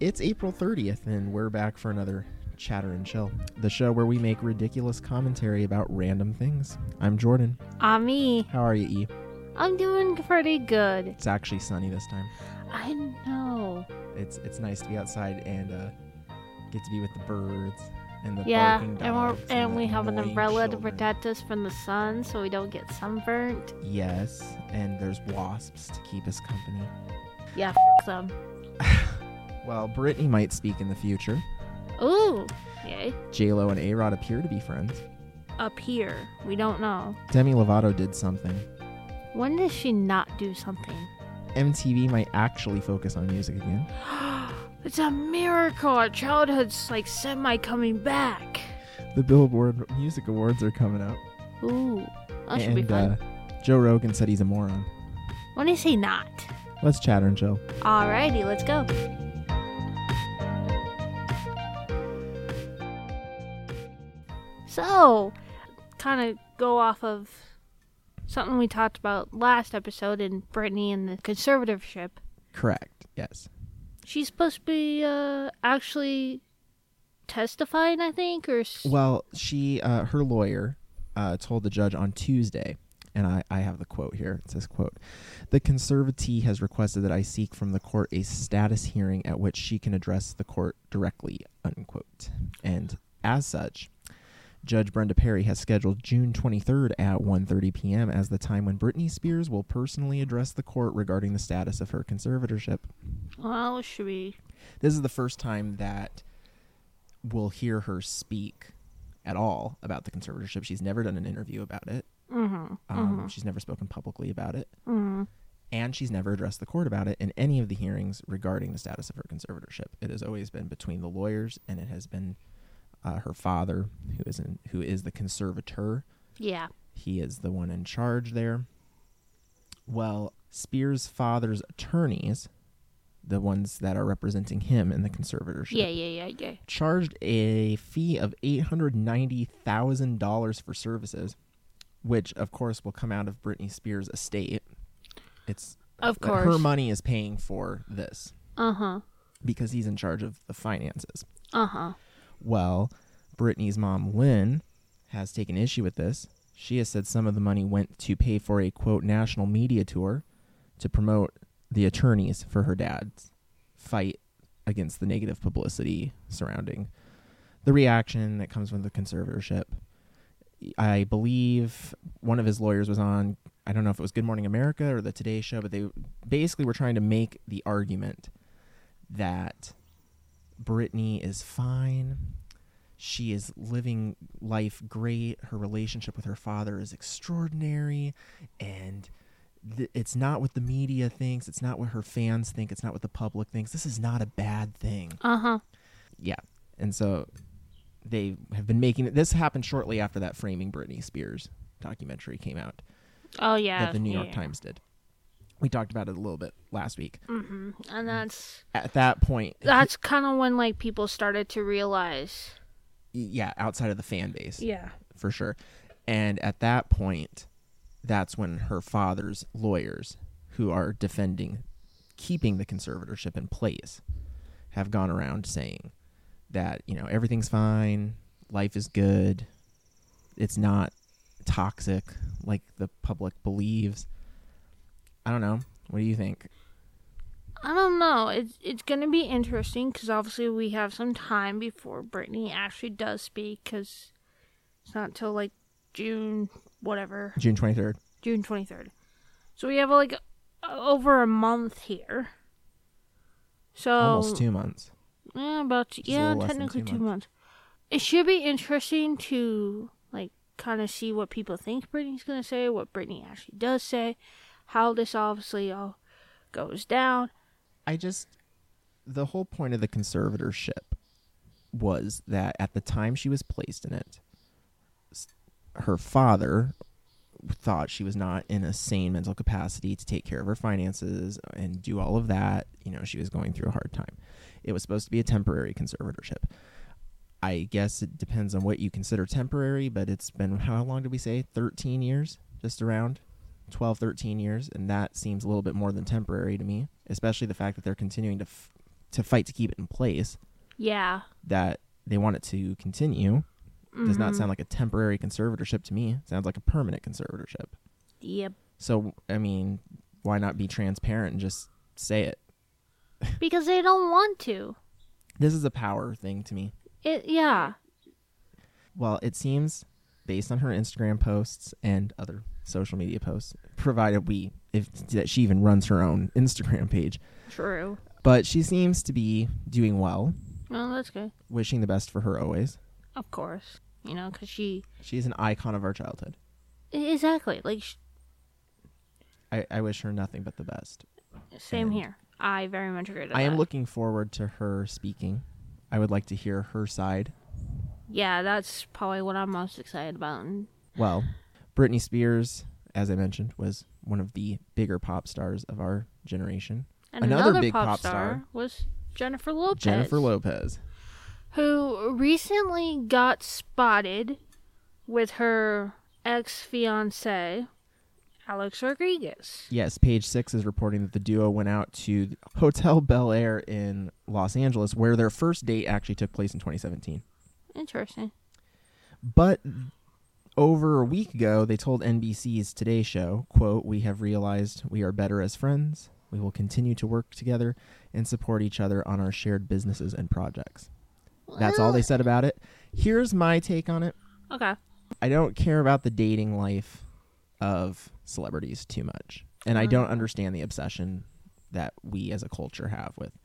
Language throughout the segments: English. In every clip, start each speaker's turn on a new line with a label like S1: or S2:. S1: It's April 30th, and we're back for another Chatter and Chill, the show where we make ridiculous commentary about random things. I'm Jordan.
S2: Ami,
S1: How are you, E?
S2: Ah, I'm doing pretty good.
S1: It's actually sunny this time.
S2: I know.
S1: It's it's nice to be outside and uh, get to be with the birds and the
S2: yeah,
S1: barking
S2: and we're
S1: dogs
S2: and
S1: the
S2: we have an
S1: annoying
S2: umbrella to
S1: children.
S2: protect us from the sun, so we don't get sunburnt.
S1: Yes, and there's wasps to keep us company.
S2: Yeah, some.
S1: Well, Brittany might speak in the future.
S2: Ooh, yay.
S1: J Lo and A Rod appear to be friends.
S2: Up here, we don't know.
S1: Demi Lovato did something.
S2: When does she not do something?
S1: MTV might actually focus on music again.
S2: it's a miracle. Our childhood's like semi coming back.
S1: The Billboard Music Awards are coming up.
S2: Ooh, that should
S1: and
S2: be fun.
S1: Uh, Joe Rogan said he's a moron.
S2: when I say not.
S1: Let's chatter and chill.
S2: Alrighty, let's go. So, kind of go off of something we talked about last episode in Brittany and the conservatorship.
S1: Correct. Yes.
S2: She's supposed to be uh, actually testifying, I think, or s-
S1: Well, she, uh, her lawyer, uh, told the judge on Tuesday, and I, I have the quote here. It says, "quote The conservatee has requested that I seek from the court a status hearing at which she can address the court directly." Unquote. And as such, Judge Brenda Perry has scheduled June 23rd at 1:30 p.m. as the time when Britney Spears will personally address the court regarding the status of her conservatorship.
S2: well, it should be
S1: this is the first time that we'll hear her speak at all about the conservatorship. She's never done an interview about it.
S2: mm-hmm,
S1: Um, She's never spoken publicly about it,
S2: mm-hmm.
S1: and she's never addressed the court about it in any of the hearings regarding the status of her conservatorship. It has always been between the lawyers, and it has been uh, her father, who is in, who is the conservator.
S2: yeah.
S1: He is the one in charge there. Well, Spears' father's attorneys, the ones that are representing him in the conservatorship,
S2: yeah, yeah, yeah, yeah.
S1: charged a fee of $890,000 for services, which of course will come out of Britney Spears' estate. It's
S2: Of
S1: but her
S2: course.
S1: money is paying for this
S2: Uh huh.
S1: because he's in charge of the finances.
S2: Uh huh.
S1: Well, Britney's mom, Lynn, has taken issue with this. She has said some of the money went to pay for a quote national media tour to promote the attorneys for her dad's fight against the negative publicity surrounding the reaction that comes with the conservatorship. I believe one of his lawyers was on, I don't know if it was Good Morning America or the Today Show, but they basically were trying to make the argument that Brittany is fine. She is living life great. Her relationship with her father is extraordinary. And th- it's not what the media thinks. It's not what her fans think. It's not what the public thinks. This is not a bad thing.
S2: Uh huh.
S1: Yeah. And so they have been making it. This happened shortly after that Framing Britney Spears documentary came out
S2: Oh yeah.
S1: that the New York
S2: yeah.
S1: Times did. We talked about it a little bit last week.
S2: And that's
S1: At that point,
S2: that's kind of when like people started to realize
S1: yeah, outside of the fan base.
S2: yeah
S1: for sure. And at that point, that's when her father's lawyers, who are defending keeping the conservatorship in place, have gone around saying that, you know, everything's fine, life is good, it's not toxic like the public believes. I don't know. What do you think?
S2: i don't know it's, it's gonna be interesting because obviously we have some time before brittany actually does speak because it's not till like june whatever
S1: June 23rd.
S2: june 23rd so we have like over a month here so
S1: Almost two months.
S2: Yeah, Eh, about
S1: a
S2: yeah,
S1: little less than
S2: technically
S1: two
S2: two months. It should be interesting to like kind of see what people think Brittany's gonna say, what Brittany actually does say, how this obviously all goes down.
S1: I just the whole point of the conservatorship was that at the time she was placed in it, s- her father thought she was not in a sane mental capacity to take care of her finances and do all of that. You know, she was going through a hard time. It was supposed to be a temporary conservatorship. I guess it depends on what you consider temporary, but it's been how long did we say? 13 years, just around 12, 13 years. And that seems a little bit more than temporary to me, especially the fact that they're continuing to f- to fight to keep it in place
S2: Yeah.
S1: that they want it to continue does not sound like a temporary conservatorship to me. Sounds like a permanent conservatorship.
S2: Yep.
S1: So I mean, why not be transparent and just say it?
S2: Because they don't want to.
S1: This is a power thing to me.
S2: It yeah.
S1: Well, it seems based on her Instagram posts and other social media posts, provided we if that she even runs her own Instagram page.
S2: True.
S1: But she seems to be doing well.
S2: Well, that's good.
S1: Wishing the best for her always.
S2: Of course. You know, because she
S1: She's an icon of our childhood.
S2: e- exactly like sh
S1: I, I wish her nothing but the best.
S2: same
S1: And-
S2: here. I very much agree. To
S1: I am
S2: that.
S1: looking forward to her speaking. I would like to hear her side.
S2: Yeah, that's probably what I'm most excited about. And
S1: Well, Britney Spears, as I mentioned, was one of the bigger pop stars of our generation.
S2: and
S1: Another
S2: another,
S1: big
S2: pop,
S1: pop
S2: star,
S1: star.
S2: was Jennifer Lopez.
S1: Jennifer Lopez.
S2: who recently got spotted with her ex fiance, Alex Rodriguez.
S1: Yes, page six is reporting that the duo went out to Hotel Bel Air in Los Angeles, where their first date actually took place in 2017.
S2: Interesting.
S1: But over a week ago, they told NBC's Today Show, quote, "We have realized we are better as friends. We will continue to work together and support each other on our shared businesses and projects." That's all they said about it. Here's my take on it.
S2: Okay.
S1: I don't care about the dating life of celebrities too much. And I don't understand the obsession that we as a culture have with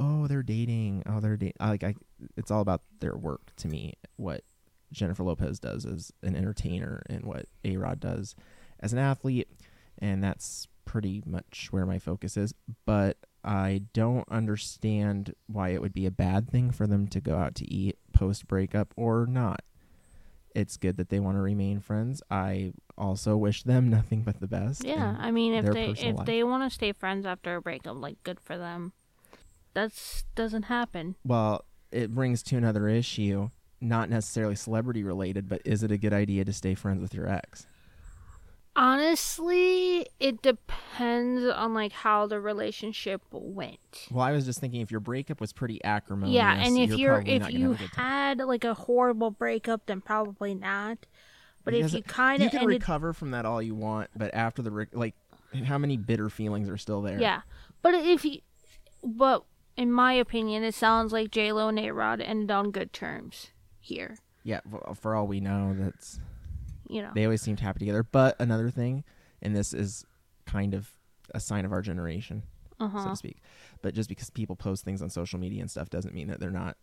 S1: oh, they're dating, oh, they're dating. Like I it's all about their work to me. What Jennifer Lopez does as an entertainer and what A-Rod does as an athlete, and that's pretty much where my focus is, but I don't understand why it would be a bad thing for them to go out to eat post breakup or not it's good that they want to remain friends. I also wish them nothing but the best.
S2: Yeah,
S1: and
S2: I mean, if
S1: their
S2: they
S1: personal
S2: if
S1: life.
S2: they want to stay friends after a breakup, like good for them. That's doesn't happen.
S1: well, it brings to another issue, not necessarily celebrity related, but is it a good idea to stay friends with your ex?
S2: Honestly, it depends on like how the relationship went.
S1: Well, I was just thinking if your breakup was pretty acrimonious,
S2: Yeah, and if
S1: Oh, you're,
S2: you're,
S1: probably
S2: if
S1: not
S2: you
S1: gonna have a good time.
S2: had like a horrible breakup, then probably not. But
S1: Because
S2: if you kind
S1: you
S2: of
S1: can
S2: ended
S1: recover from that all you want, but after the re- like, how many bitter feelings are still there?
S2: Yeah, but if you, but in my opinion, it sounds like J Lo and A Rod ended on good terms here.
S1: yeah. For, for all we know, that's
S2: You know,
S1: they always seemed happy together. But another thing, and this is kind of a sign of our generation,
S2: Uh-huh.
S1: so to speak. But just because people post things on social media and stuff doesn't mean that they're not,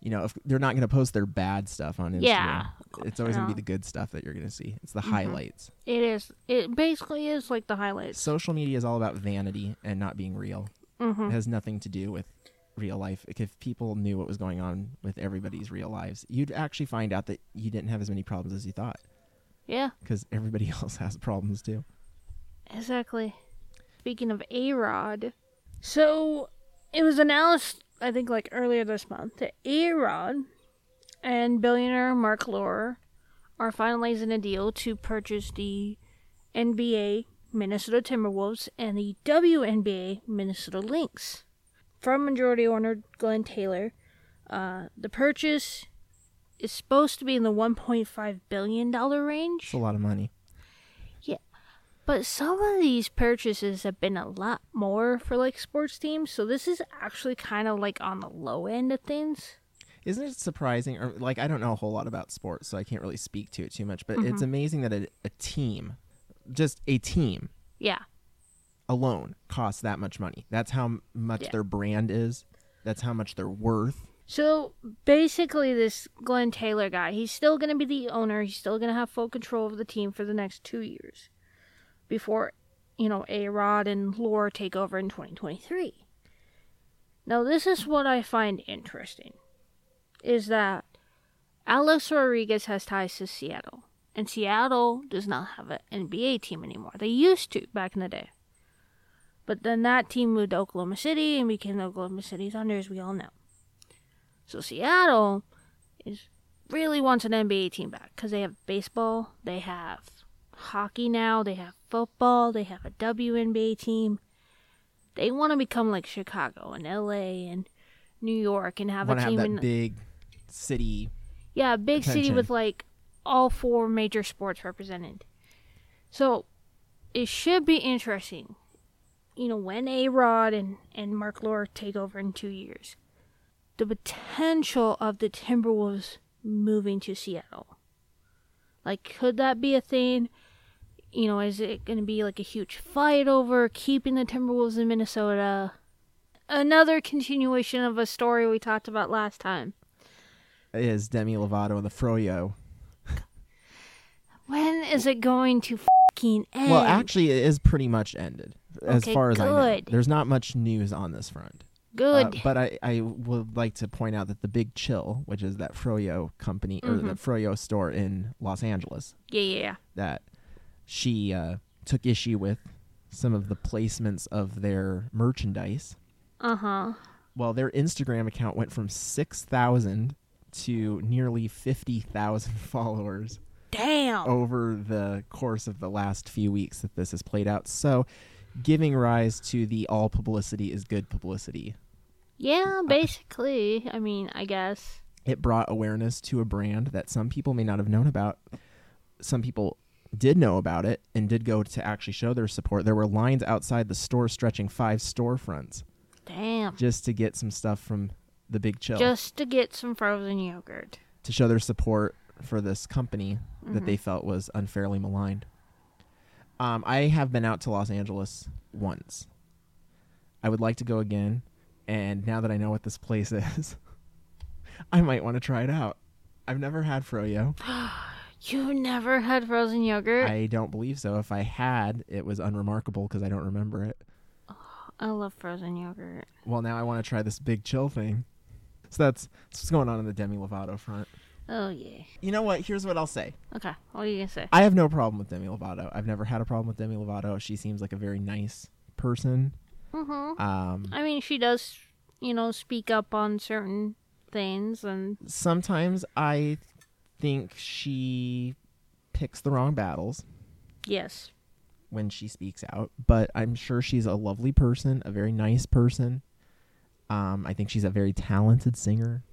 S1: you know, if they're not going to post their bad stuff on Instagram.
S2: Yeah, Mm-hmm.
S1: It's always going to
S2: no.
S1: be the good stuff that you're going to see. It's the highlights.
S2: it is. It basically is like the highlights.
S1: Social media is all about vanity and not being real.
S2: Mm-hmm. Mm.
S1: It has nothing to do with real life. Like, if people knew what was going on with everybody's real lives, you'd actually find out that you didn't have as many problems as you thought
S2: Yeah,
S1: because everybody else has problems too.
S2: exactly. Speaking of A Rod, so it was announced, I think, like earlier this month, that A Rod and billionaire Mark Lohr are finalizing a deal to purchase the NBA Minnesota Timberwolves and the WNBA Minnesota Lynx from majority owner Glenn Taylor. Uh, the purchase is supposed to be in the 1.5 billion dollar range.
S1: It's a lot of money.
S2: But some of these purchases have been a lot more for like sports teams, so this is actually kind of like on the low end of things.
S1: Isn't it surprising? Or like, I don't know a whole lot about sports, so I can't really speak to it too much. But
S2: Mm-hmm.
S1: it's amazing that a, a team, just a team
S2: Yeah,
S1: alone, costs that much money. That's how m- much
S2: Yeah.
S1: their brand is. That's how much they're worth.
S2: So basically, this Glenn Taylor guy, he's still going to be the owner. He's still going to have full control of the team for the next two years before, you know, A Rod and Lore take over in 2023. Now, this is what I find interesting is that Alex Rodriguez has ties to Seattle, and Seattle does not have an NBA team anymore. They used to back in the day. But then that team moved to Oklahoma City and became the Oklahoma City Thunder, as we all know. So Seattle is really wants an NBA team back because they have baseball, they have hockey now, they have football, they have a WNBA team. They want to become like Chicago and L.A. and New York and have
S1: Want
S2: a
S1: to
S2: team
S1: have that
S2: in
S1: big city.
S2: yeah, a big city
S1: attention.
S2: with like all four major sports represented. So it should be interesting, you know, when A Rod and, and Mark Lore take over in two years. The potential of the Timberwolves moving to Seattle. Like, could that be a thing? You know, is it going to be like a huge fight over keeping the Timberwolves in Minnesota? Another continuation of a story we talked about last time.
S1: Is Demi Lovato and the Froyo?
S2: When is it going to fucking end?
S1: Well, actually, it is pretty much ended as
S2: Okay,
S1: far as I know.
S2: good.
S1: There's not much news on this front. Uh,
S2: good.
S1: but I, I would like to point out that the Big Chill, which is that Froyo company or
S2: Mm-hmm.
S1: the Froyo store in Los Angeles,
S2: yeah, yeah, yeah.
S1: that she uh, took issue with some of the placements of their merchandise.
S2: Uh huh.
S1: Well, their Instagram account went from 6,000 to nearly 50,000 followers
S2: Damn.
S1: over the course of the last few weeks that this has played out. So, giving rise to the all publicity is good publicity.
S2: Yeah, basically. I mean, I guess.
S1: It brought awareness to a brand that some people may not have known about. Some people did know about it and did go to actually show their support. There were lines outside the store stretching five storefronts
S2: Damn.
S1: just to get some stuff from the big chill
S2: Just to get some frozen yogurt.
S1: to show their support for this company that they felt was unfairly maligned. Um, I have been out to Los Angeles once. I would like to go again, and now that I know what this place is, I might want to try it out. I've never had froyo.
S2: You never had frozen yogurt? I,
S1: I don't believe so. If I had, it was unremarkable because I don't remember it.
S2: love frozen yogurt.
S1: Well, now I want to try this big chill thing. So that's, that's what's going on in the Demi Lovato front.
S2: Oh, yeah.
S1: You know what? Here's what I'll say.
S2: Okay, what are you going to say?
S1: I have no problem with Demi Lovato. I've never had a problem with Demi Lovato. She seems like a very nice person.
S2: Mm-hmm.
S1: Um,
S2: I mean, she does, you know, speak up on certain things and.
S1: sometimes I think she picks the wrong battles
S2: Yes.
S1: when she speaks out, but I'm sure she's a lovely person, a very nice person. Um, I think she's a very talented singer.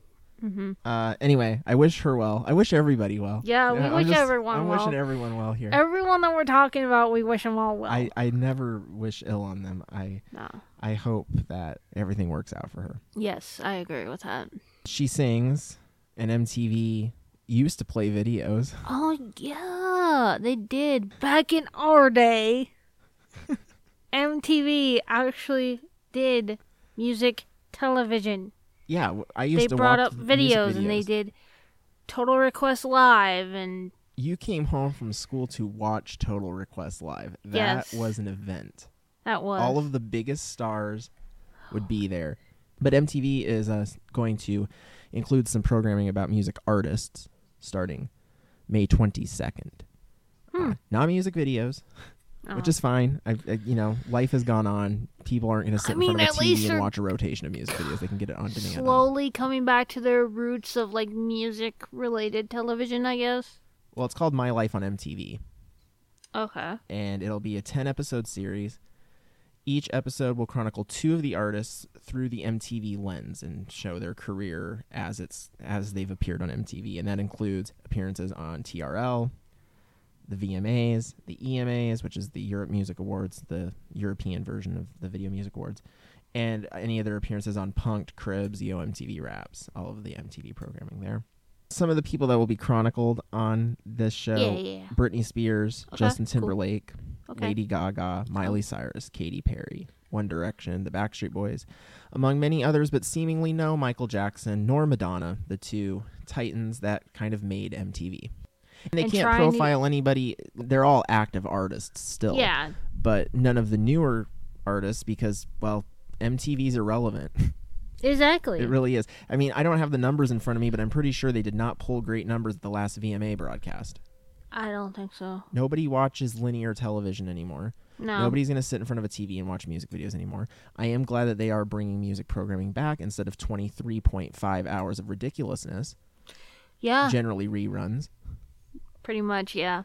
S2: Mm-hmm.
S1: Uh, anyway, I wish her well. I wish everybody well.
S2: Yeah, we
S1: I'm
S2: wish everyone
S1: I'm
S2: well.
S1: wishing everyone well here.
S2: Everyone that we're talking about, we wish them all well.
S1: I, I never wish ill on them. I
S2: no.
S1: I hope that everything works out for her.
S2: Yes, I agree with that.
S1: she sings and mtv used to play videos
S2: Oh yeah, they did back in our day. MTV actually did music television.
S1: yeah w- i used
S2: They
S1: to
S2: brought
S1: watch
S2: up
S1: the music
S2: videos, and they
S1: videos.
S2: did Total Request Live and
S1: you came home from school to watch total request live that
S2: Yes.
S1: was an event
S2: that was
S1: all of the biggest stars would be there but mtv is uh, going to include some programming about music artists starting may 22nd
S2: Hmm.
S1: Uh, not music videos which
S2: Oh.
S1: is fine. I, I, you know, life has gone on. People aren't going to sit
S2: I
S1: in
S2: mean,
S1: front of
S2: at
S1: a
S2: least
S1: TV and
S2: they're-
S1: watch a rotation of music videos. They can get it on demand. on-
S2: slowly coming back to their roots of like music related television, I guess.
S1: Well, it's called My Life on MTV,
S2: Okay.
S1: and it'll be a 10 episode series. Each episode will chronicle two of the artists through the MTV lens and show their career as it's as they've appeared on MTV, and that includes appearances on TRL, the VMAs, the EMAs, which is the Europe Music Awards, the European version of the Video Music Awards, and any other appearances on Punked, Cribs, Yo MTV Raps, all of the MTV programming there. Some of the people that will be chronicled on this show
S2: Yeah, yeah, yeah.
S1: Britney Spears,
S2: Okay,
S1: Justin
S2: cool.
S1: Timberlake,
S2: Okay.
S1: Lady Gaga, Miley Cyrus, Katy Perry, One Direction, the Backstreet Boys, among many others, but seemingly no Michael Jackson nor Madonna, the two titans that kind of made MTV. And they
S2: And
S1: can't
S2: trying to-
S1: profile anybody. They're all active artists still.
S2: Yeah.
S1: But none of the newer artists because, well, MTV's irrelevant.
S2: Exactly.
S1: It really is. I mean, I don't have the numbers in front of me, but I'm pretty sure they did not pull great numbers at the last VMA broadcast.
S2: I don't think so.
S1: Nobody watches linear television anymore.
S2: No.
S1: Nobody's going to sit in front of a TV and watch music videos anymore. I am glad that they are bringing music programming back instead of 23.5 hours of ridiculousness,
S2: Yeah.
S1: generally reruns.
S2: pretty much. Yeah.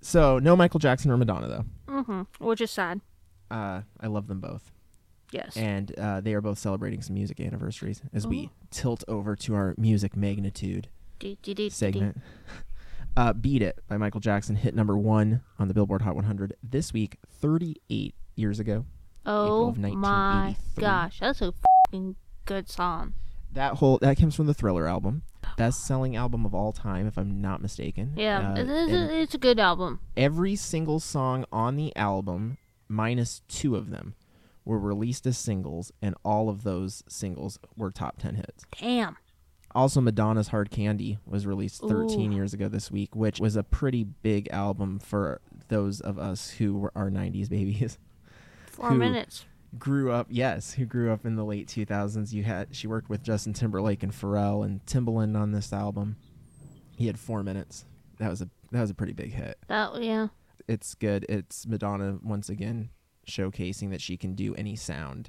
S1: So, no Michael Jackson or Madonna, though.
S2: Mm-hmm. Which is sad.
S1: Uh, I love them both.
S2: Yes.
S1: and uh, they are both celebrating some music anniversaries as we
S2: Oh.
S1: tilt over to our music magnitude
S2: Do, do, do, do, do.
S1: segment. Uh, Beat It by Michael Jackson hit number one on the Billboard Hot 100 this week, 38 years ago.
S2: Oh
S1: of
S2: my
S1: 1983.
S2: gosh, that's a fucking good song.
S1: That whole that comes from the Thriller album,
S2: Oh.
S1: best selling album of all time, if I'm not mistaken.
S2: Yeah,
S1: Uh,
S2: it is
S1: and
S2: a, it's a good album.
S1: every single song on the album, minus two of them, were released as singles, and all of those singles were top 10 hits.
S2: Damn.
S1: Also, Madonna's Hard Candy was released 13
S2: Ooh.
S1: years ago this week, which was a pretty big album for those of us who were our 90s babies.
S2: Four
S1: Who-
S2: minutes.
S1: grew up, yes, who grew up in the late 2000s. You had she worked with Justin Timberlake and Pharrell and Timbaland on this album. He had 4 minutes. That was a that was a pretty big hit.
S2: That yeah.
S1: It's good. It's Madonna once again showcasing that she can do any sound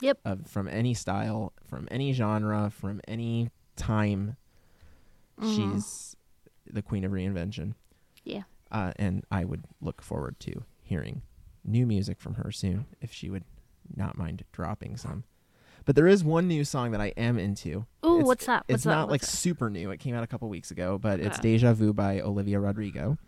S2: Yep.
S1: of from any style, from any genre, from any time. She's the queen of reinvention.
S2: Mm-hmm. Yeah.
S1: Uh, and I would look forward to hearing new music from her soon if she would not mind dropping some. But there is one new song that I am into.
S2: Ooh, what's that? What's
S1: it's
S2: that?
S1: not like
S2: What's that?
S1: super new. It came out a couple weeks ago, but it's
S2: Ah.
S1: Deja Vu by Olivia Rodrigo.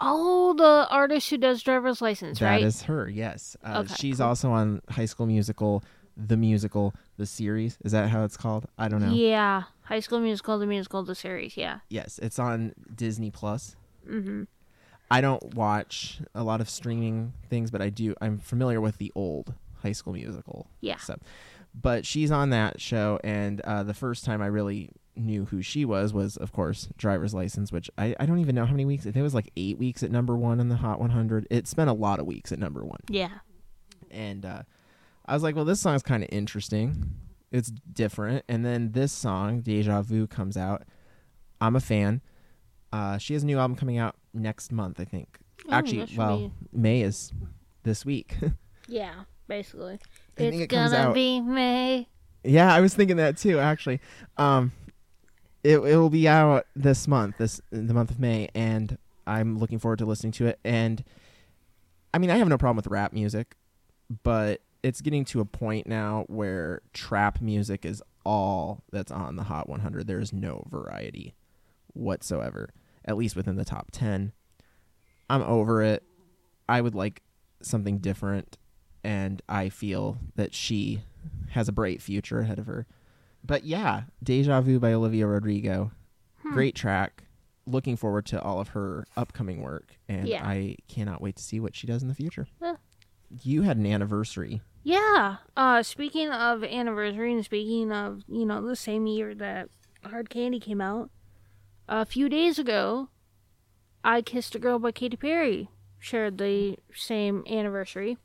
S2: Oh, the artist who does driver's license,
S1: That is
S2: right?
S1: her, yes. Uh,
S2: Okay,
S1: she's also on High School Musical, the musical, the series. Is that how it's called? I don't know.
S2: Yeah. High School Musical, the musical, the series. Yeah.
S1: Yes, it's on Disney Plus.
S2: Mm-hmm.
S1: I don't watch a lot of streaming things, but I do. I'm familiar with the old High School Musical.
S2: Yeah.
S1: So, but she's on that show, and uh, the first time I really knew who she was was, of course, Driver's License, which I, I don't even know how many weeks. I think it was like eight weeks at number one in the Hot 100. It spent a lot of weeks at number one,
S2: Yeah.
S1: and uh, I was like, well, this song's kind of interesting. It's different. And then this song, Deja Vu, comes out. I'm a fan. Uh, she has a new album coming out next month, I think.
S2: Oh, that
S1: Actually,
S2: should
S1: well,
S2: be-
S1: May is this week.
S2: Yeah. Basically.
S1: think
S2: It's
S1: it comes
S2: gonna
S1: out-
S2: be May.
S1: yeah, I was thinking that too. Actually, um, it it will be out this month, this the month of May, and I'm looking forward to listening to it. And I mean, I have no problem with rap music, but it's getting to a point now where trap music is all that's on the Hot 100. There is no variety whatsoever, at least within the top 10. I'm over it. I would like something different, and I feel that she has a bright future ahead of her. But yeah, Deja Vu by Olivia Rodrigo. Great track. Looking forward to all of her upcoming work, and
S2: Yeah.
S1: I cannot wait to see what she does in the future.
S2: Yeah.
S1: You had an anniversary.
S2: Yeah. Uh, speaking of anniversary and speaking of, you know, the same year that Hard Candy came out, a few days ago, I Kissed a Girl by Katy Perry shared the same anniversary.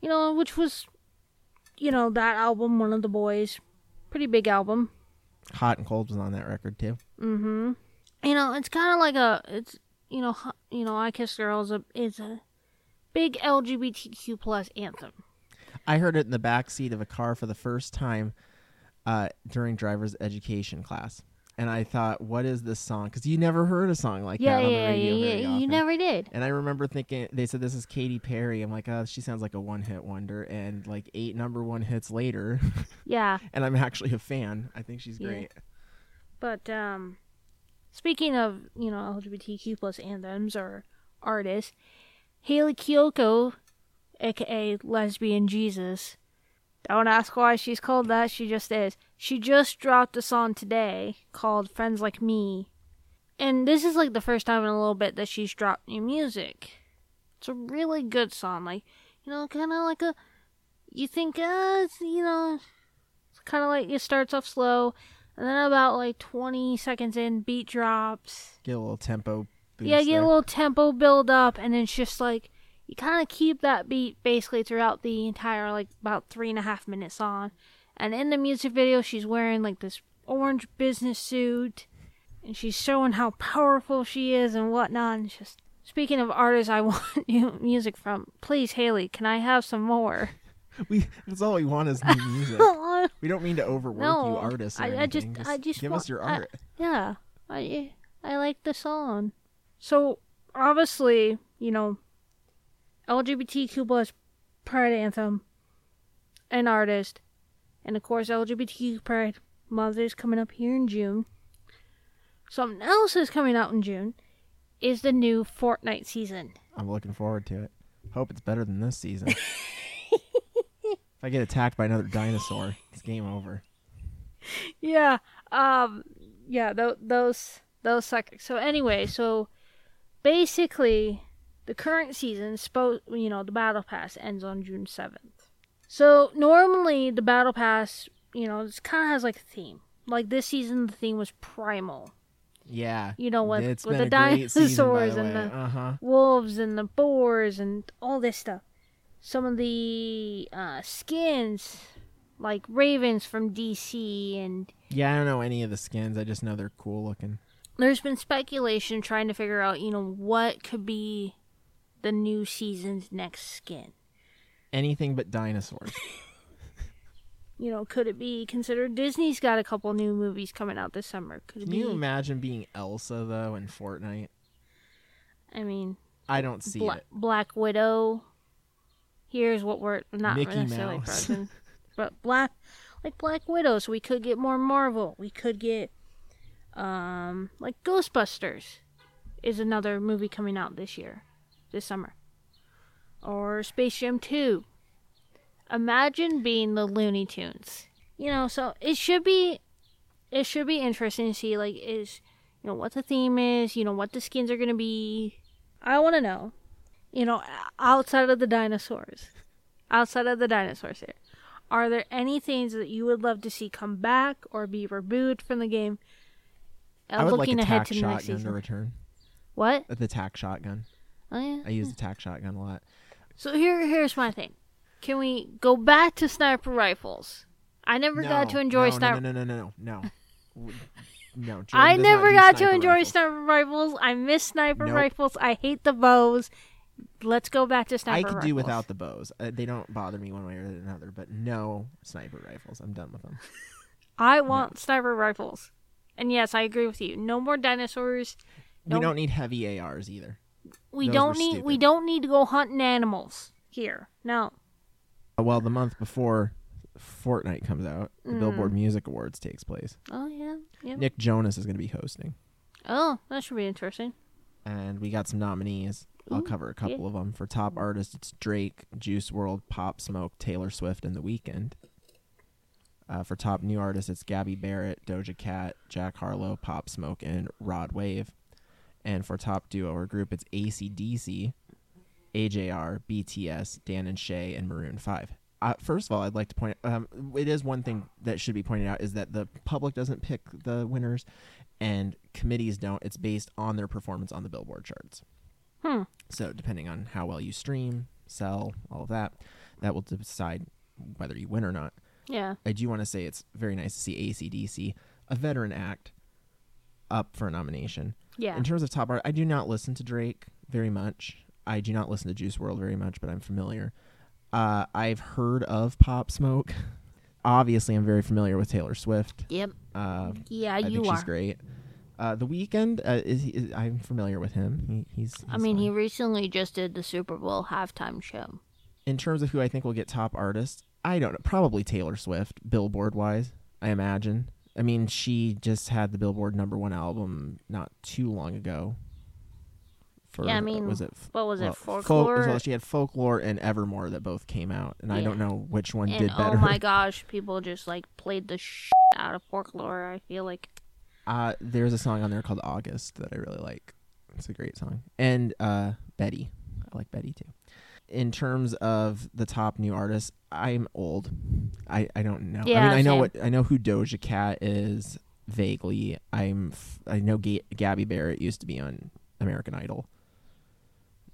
S2: You know, which was, you know, that album, One of the Boys. Pretty big album.
S1: Hot and Cold was on that record too.
S2: Mm-hmm. You know, it's kind of like a, it's, you know, hu- you know, I Kissed a Girl is a, is a big LGBTQ plus anthem.
S1: I heard it in the back seat of a car for the first time uh, during driver's education class, and I thought, "What is this song?" Because you never heard a song like
S2: Yeah,
S1: that on
S2: yeah,
S1: the radio
S2: yeah,
S1: very
S2: yeah.
S1: often.
S2: You never did.
S1: and I remember thinking they said this is Katy Perry. I'm like, oh, she sounds like a one-hit wonder. And like eight number one hits later,
S2: Yeah,
S1: and I'm actually a fan. I think she's
S2: Yeah.
S1: great.
S2: but um, speaking of you know LGBTQ plus anthems or artists, Haley Kiyoko, aka Lesbian Jesus. Don't ask why she's called that. She just is. She just dropped a song today called "Friends Like Me," and this is like the first time in a little bit that she's dropped new music. It's a really good song, like you know, kind of like a. You think, uh, it's, you know, it's kind of like it starts off slow, and then about like 20 seconds in, beat drops.
S1: Get a little tempo. Boost
S2: yeah, get
S1: there.
S2: a little tempo build up, and it's just like you kind of keep that beat basically throughout the entire like about three and a half minute song. And in the music video, she's wearing like this orange business suit, and she's showing how powerful she is and whatnot. And it's just speaking of artists, I want new music from. Please, Haley, can I have some more?
S1: We that's all we want is new music. We don't mean to overwork you
S2: No,
S1: artists. Or
S2: I- I just-
S1: anything.
S2: I just
S1: give
S2: want-
S1: us your
S2: I-
S1: art.
S2: Yeah, I I like the song. So obviously, you know, LGBTQ plus pride anthem an artist, and of course LGBTQ Pride Month is coming up here in June. Something else is coming out in June is the new Fortnite season.
S1: I'm looking forward to it. Hope it's better than this season. if I get attacked by another dinosaur, it's game over.
S2: Yeah. Um yeah, th- those those suck. So anyway, so basically the current season, spo- you know, the battle pass ends on June 7th. So normally the battle pass, you know, it kind of has like a theme. Like this season the theme was primal.
S1: Yeah.
S2: You know with
S1: It's
S2: with the
S1: been a great
S2: dinosaurs
S1: season, by the
S2: and the
S1: way. Uh-huh.
S2: wolves and the boars and all this stuff. Some of the uh, skins, like ravens from DC, and
S1: Yeah, I don't know any of the skins. I just know they're cool looking.
S2: there's been speculation trying to figure out, you know, what could be the new season's next skin.
S1: Anything but dinosaurs.
S2: You know, could it be considered Disney's got a couple new movies coming out this summer? Could it
S1: Can
S2: be?
S1: you imagine being Elsa though in Fortnite?
S2: I mean,
S1: I don't see
S2: Bla-
S1: it.
S2: Black Widow. Here's what we're not
S1: Mickey
S2: necessarily
S1: Mouse.
S2: present, but Black, like Black Widow. So we could get more Marvel. We could get, um, like Ghostbusters, is another movie coming out this year, this summer, or Space Jam Two. Imagine being the Looney Tunes. You know, so it should be, it should be interesting to see like is, you know, what the theme is. You know what the skins are gonna be. I want to know, you know, outside of the dinosaurs, outside of the dinosaurs here, are there any things that you would love to see come back or be rebooted from the game? Uh,
S1: I would like a tack
S2: the next
S1: shotgun to
S2: season.
S1: return. Uh,
S2: What?
S1: The tack shotgun.
S2: Oh, yeah.
S1: I use the tack shotgun a lot.
S2: So here, here's my thing. Can we go back to sniper rifles? I never got to enjoy
S1: no,
S2: sniper.
S1: No, no, no, no, no. No. no Jordan
S2: I
S1: does not
S2: never
S1: do
S2: got to
S1: sniper
S2: enjoy
S1: rifles.
S2: sniper rifles. I miss sniper
S1: Nope.
S2: rifles. I hate the bows. Let's go back to
S1: I
S2: sniper
S1: could
S2: rifles.
S1: do without the bows. Uh, they don't bother me one way or another. But no sniper rifles. I'm done with them.
S2: I want sniper rifles. And yes, I agree with you. No more dinosaurs.
S1: We
S2: Nope.
S1: don't need heavy ARs either.
S2: We
S1: Those
S2: don't
S1: were
S2: need we
S1: stupid.
S2: don't need to go hunting animals here. No.
S1: Uh, Well, the month before Fortnite comes out, the Billboard Music Awards takes place.
S2: Oh yeah. Mm. Yep.
S1: Nick Jonas is going to be hosting,
S2: Oh, that should be interesting.
S1: and we got some nominees. I'll cover a couple of them for top artists. It's Drake, Juice World, Pop Smoke, Taylor Swift, and The Weeknd. Uh, for top new artists, it's Gabby Barrett, Doja Cat, Jack Harlow, Pop Smoke, and Rod Wave. And for top duo or group, it's ACDC, AJR, BTS, Dan and Shay, and Maroon 5. Uh, first of all, I'd like to point um, it is one thing that should be pointed out is that the public doesn't pick the winners and committees don't. It's based on their performance on the Billboard charts.
S2: Hmm.
S1: So, depending on how well you stream, sell, all of that, that will decide whether you win or not.
S2: Yeah.
S1: I do want to say it's very nice to see ACDC, a veteran act, up for a nomination.
S2: Yeah.
S1: In terms of top art, I do not listen to Drake very much. I do not listen to Juice World very much, but I'm familiar. Uh, I've heard of Pop Smoke. Obviously, I'm very familiar with Taylor Swift.
S2: Yep.
S1: Uh,
S2: Yeah,
S1: I
S2: you
S1: think she's
S2: are.
S1: great. Uh, the weekend uh, is, is I'm familiar with him. He, he's,
S2: I
S1: he's
S2: mean,
S1: fine.
S2: he recently just did the Super Bowl halftime show.
S1: in terms of who I think will get top artist, I don't know. Probably Taylor Swift, Billboard wise, I imagine. I mean, she just had the Billboard number one album not too long ago. For,
S2: Yeah, I mean,
S1: was it
S2: What was
S1: well,
S2: it?
S1: folk-
S2: Folklore.
S1: well, she had folklore and Evermore that both came out, and I
S2: Yeah.
S1: don't know which one
S2: and
S1: did better.
S2: oh my gosh, people just like played the shit out of folklore. I feel like
S1: Uh, there's a song on there called August that I really like. It's a great song. And uh, Betty. I like Betty too. In terms of the top new artists, I'm old. I, I don't know. I
S2: Yeah,
S1: mean, I know
S2: same.
S1: what I know who Doja Cat is vaguely. I'm f- I know Ga- Gabby Barrett used to be on American Idol.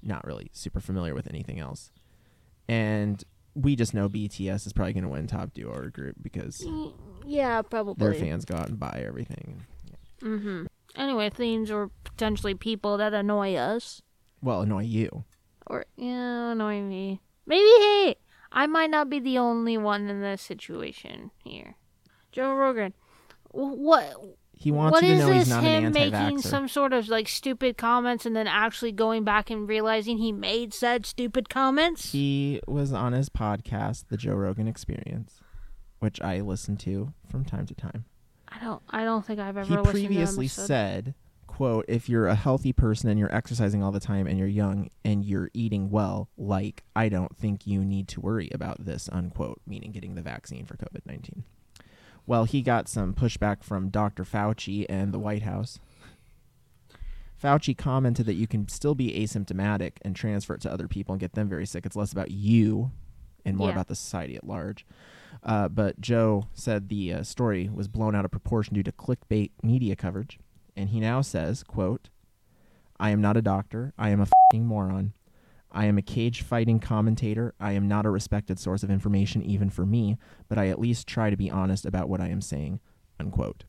S1: Not really super familiar with anything else. And we just know BTS is probably going to win top duo or group because
S2: yeah, probably.
S1: their fans go out and buy everything.
S2: Mm-hmm. Anyway, themes or potentially people that annoy us
S1: Well, annoy you.
S2: or yeah, annoy me. Maybe hey, I might not be the only one in this situation here. Joe Rogan, wh- what
S1: He wants
S2: What
S1: you
S2: is
S1: to know he's
S2: this?
S1: not
S2: him
S1: an
S2: making
S1: anti-vaxxer.
S2: some sort of like stupid comments and then actually going back and realizing he made said stupid comments?
S1: He was on his podcast, The Joe Rogan Experience, which I listen to from time to time.
S2: I don't. I don't think I've ever.
S1: he
S2: listened to an
S1: previously
S2: episode.
S1: said quote if you're a healthy person and you're exercising all the time and you're young and you're eating well like i don't think you need to worry about this unquote meaning getting the vaccine for covid-19 well he got some pushback from dr fauci and the white house fauci commented that you can still be asymptomatic and transfer it to other people and get them very sick it's less about you and more
S2: Yeah.
S1: about the society at large uh, but Joe said the uh, story was blown out of proportion due to clickbait media coverage, and he now says, "quote I am not a doctor. I am a fing moron. I am a cage fighting commentator. I am not a respected source of information even for me, but I at least try to be honest about what I am saying." Unquote.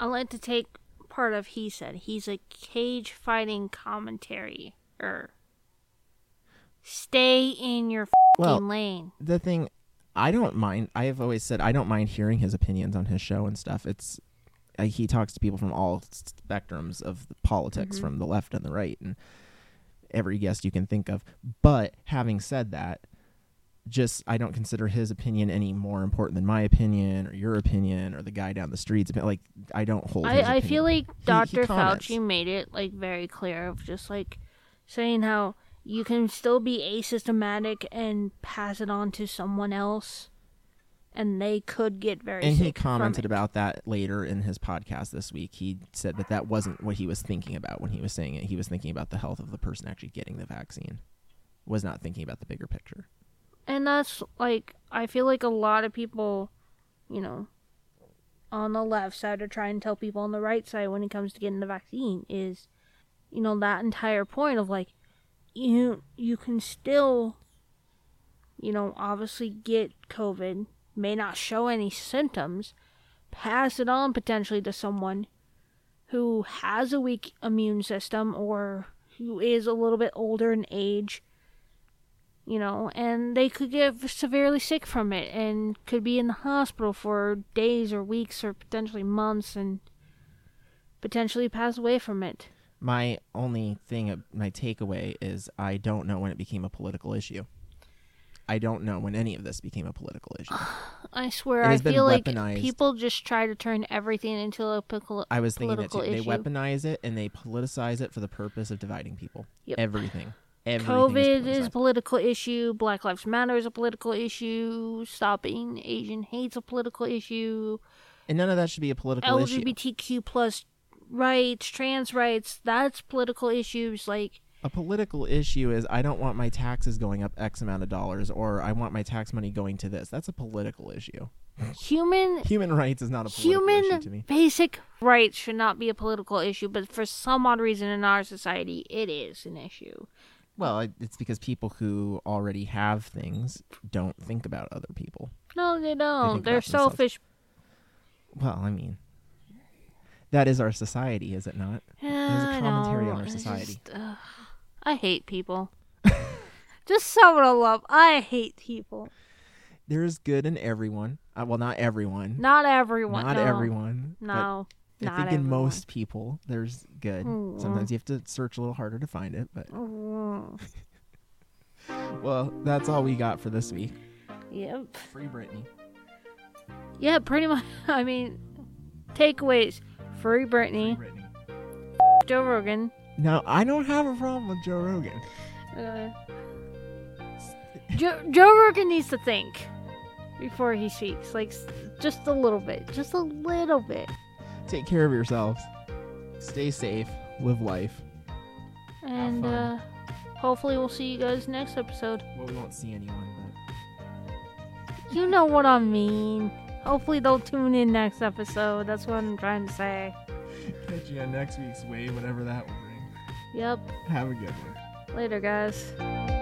S2: I'd like to take part of he said. He's a cage fighting commentary. Er. Stay in your fing
S1: Well,
S2: lane.
S1: the thing I don't mind. I have always said I don't mind hearing his opinions on his show and stuff. It's uh, he talks to people from all spectrums of the politics,
S2: Mm-hmm.
S1: from the left and the right, and every guest you can think of. But having said that, just I don't consider his opinion any more important than my opinion or your opinion or the guy down the street's opinion. Like I don't hold. his
S2: I, I feel like
S1: opinion. He- he
S2: Dr.
S1: comments.
S2: Fauci made it like very clear of just like saying how you can still be asymptomatic and pass it on to someone else, and they could get very.
S1: and he
S2: sick from
S1: commented
S2: it.
S1: about that later in his podcast this week. He said that that wasn't what he was thinking about when he was saying it. He was thinking about the health of the person actually getting the vaccine. Was not thinking about the bigger picture.
S2: And that's like I feel like a lot of people, you know, on the left side are trying to tell people on the right side when it comes to getting the vaccine is, you know, that entire point of like you you can still you know, obviously get COVID, may not show any symptoms, pass it on potentially to someone who has a weak immune system or who is a little bit older in age you know, and they could get severely sick from it and could be in the hospital for days or weeks or potentially months and potentially pass away from it.
S1: My only thing, my takeaway is I don't know when it became a political issue. I don't know when any of this became a political issue.
S2: I swear,
S1: It
S2: I
S1: has been
S2: feel like
S1: weaponized.
S2: people just try to turn everything into a political.
S1: I was thinking that too.
S2: political
S1: They
S2: issue.
S1: weaponize it and they politicize it for the purpose of dividing people.
S2: Yep.
S1: Everything. Everything. is
S2: COVID is
S1: politicized.
S2: a political issue. Black Lives Matter is a political issue. Stopping Asian hate's a political issue.
S1: and none of that should be a political issue.
S2: LGBTQ plus rights, trans rights, that's political issues. Like
S1: A political issue is I don't want my taxes going up X amount of dollars or I want my tax money going to this. That's a political issue.
S2: human
S1: Human rights is not a political issue to
S2: human
S1: me.
S2: basic rights should not be a political issue, but for some odd reason in our society, it is an issue.
S1: Well, it- it's because people who already have things don't think about other people.
S2: No, they don't.
S1: They
S2: They are
S1: think about themselves.
S2: selfish.
S1: Well, I mean, that is our society, is it not?
S2: Yeah, I
S1: commentary
S2: know.
S1: on our
S2: It's
S1: society.
S2: just, ugh. I hate people. just sum it all up. I hate people.
S1: There is good in everyone. Uh, well, not everyone.
S2: Not everyone.
S1: not
S2: no.
S1: everyone. but
S2: No.
S1: I
S2: not
S1: think in
S2: everyone.
S1: most people, there's good.
S2: Mm.
S1: Sometimes you have to search a little harder to find it. But,
S2: Mm,
S1: well, that's all we got for this week.
S2: Yep.
S1: Free Britney.
S2: Yeah, pretty much. I mean, takeaways. Free Britney,
S1: Britney.
S2: Joe Rogan.
S1: Now, I don't have a problem with Joe Rogan.
S2: Uh, Joe, Joe Rogan needs to think before he speaks, like s- just a little bit, just a little bit.
S1: Take care of yourselves. Stay safe. Live life.
S2: And
S1: fun.
S2: uh, hopefully, we'll see you guys next episode.
S1: Well, we won't see anyone, but
S2: You know what I mean. Hopefully, they'll tune in next episode. That's what I'm trying to say.
S1: catch you on next week's wave, whatever that will bring.
S2: Yep.
S1: Have a good one.
S2: Later, guys.